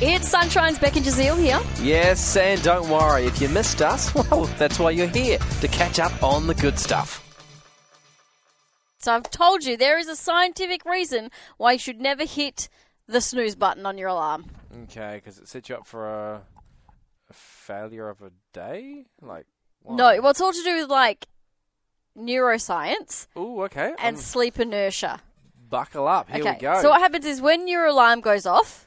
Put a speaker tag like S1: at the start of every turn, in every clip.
S1: It's Sunshine's Beck and Jazeel here.
S2: Yes, and don't worry, if you missed us, well, that's why you're here, to catch up on the good stuff.
S1: So I've told you there is a scientific reason why you should never hit the snooze button on your alarm.
S3: Okay, because it sets you up for a, a failure of a day. Like why?
S1: No, well, it's all to do with like neuroscience
S3: Ooh, okay.
S1: and
S3: um,
S1: sleep inertia.
S3: buckle up. Here
S1: okay,
S3: we go. Mm-hmm.
S1: so what happens is when your alarm goes off,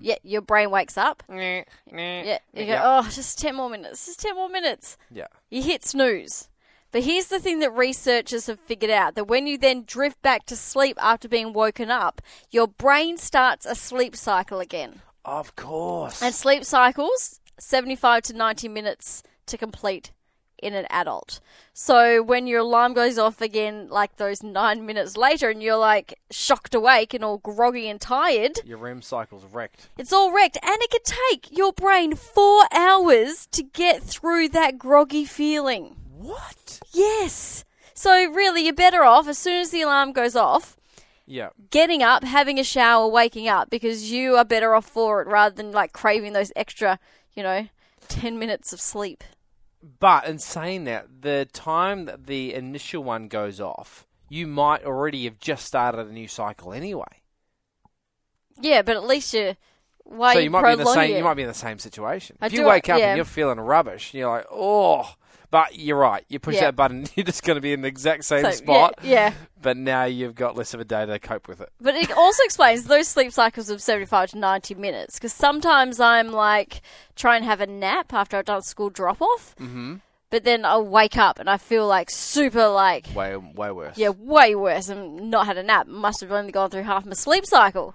S1: yeah, your brain wakes up. Yeah, you go,
S3: Yeah.
S1: oh, just 10 more minutes, just 10 more minutes.
S3: yeah.
S1: You hit snooze. But here's the thing that researchers have figured out that when you then drift back to sleep after being woken up, your brain starts a sleep cycle again.
S3: Of course.
S1: And sleep cycles, 75 to 90 minutes to complete in an adult. So when your alarm goes off again, like those nine minutes later, and you're like shocked awake and all groggy and tired,
S3: Your REM cycle's wrecked.
S1: it's all wrecked. And it could take your brain four hours to get through that groggy feeling.
S3: What?
S1: Yes. So really, you're better off as soon as the alarm goes off,
S3: Yeah.
S1: getting up, having a shower, waking up because you are better off for it rather than like craving those extra, you know, 10 minutes of sleep.
S3: But in saying that, the time that the initial one goes off, you might already have just started a new cycle anyway.
S1: Yeah, but at least you why
S3: so
S1: you,
S3: you might be in the
S1: prolong
S3: same.
S1: it?
S3: You might be in the same situation.
S1: I
S3: if
S1: do-
S3: you wake up
S1: yeah.
S3: and you're feeling rubbish, and you're like, oh. But you're right. You push
S1: Yeah.
S3: that button, you're just going to be in the exact same
S1: So, yeah,
S3: spot.
S1: yeah.
S3: But now you've got less of a day to cope with it.
S1: But it also explains those sleep cycles of 75 to 90 minutes because sometimes I'm like try and have a nap after I've done school drop off. Mm-hmm. But then I'll wake up and I feel like super like
S3: Way, way worse.
S1: Yeah, way worse. And not had a nap. Must have only gone through half my sleep cycle.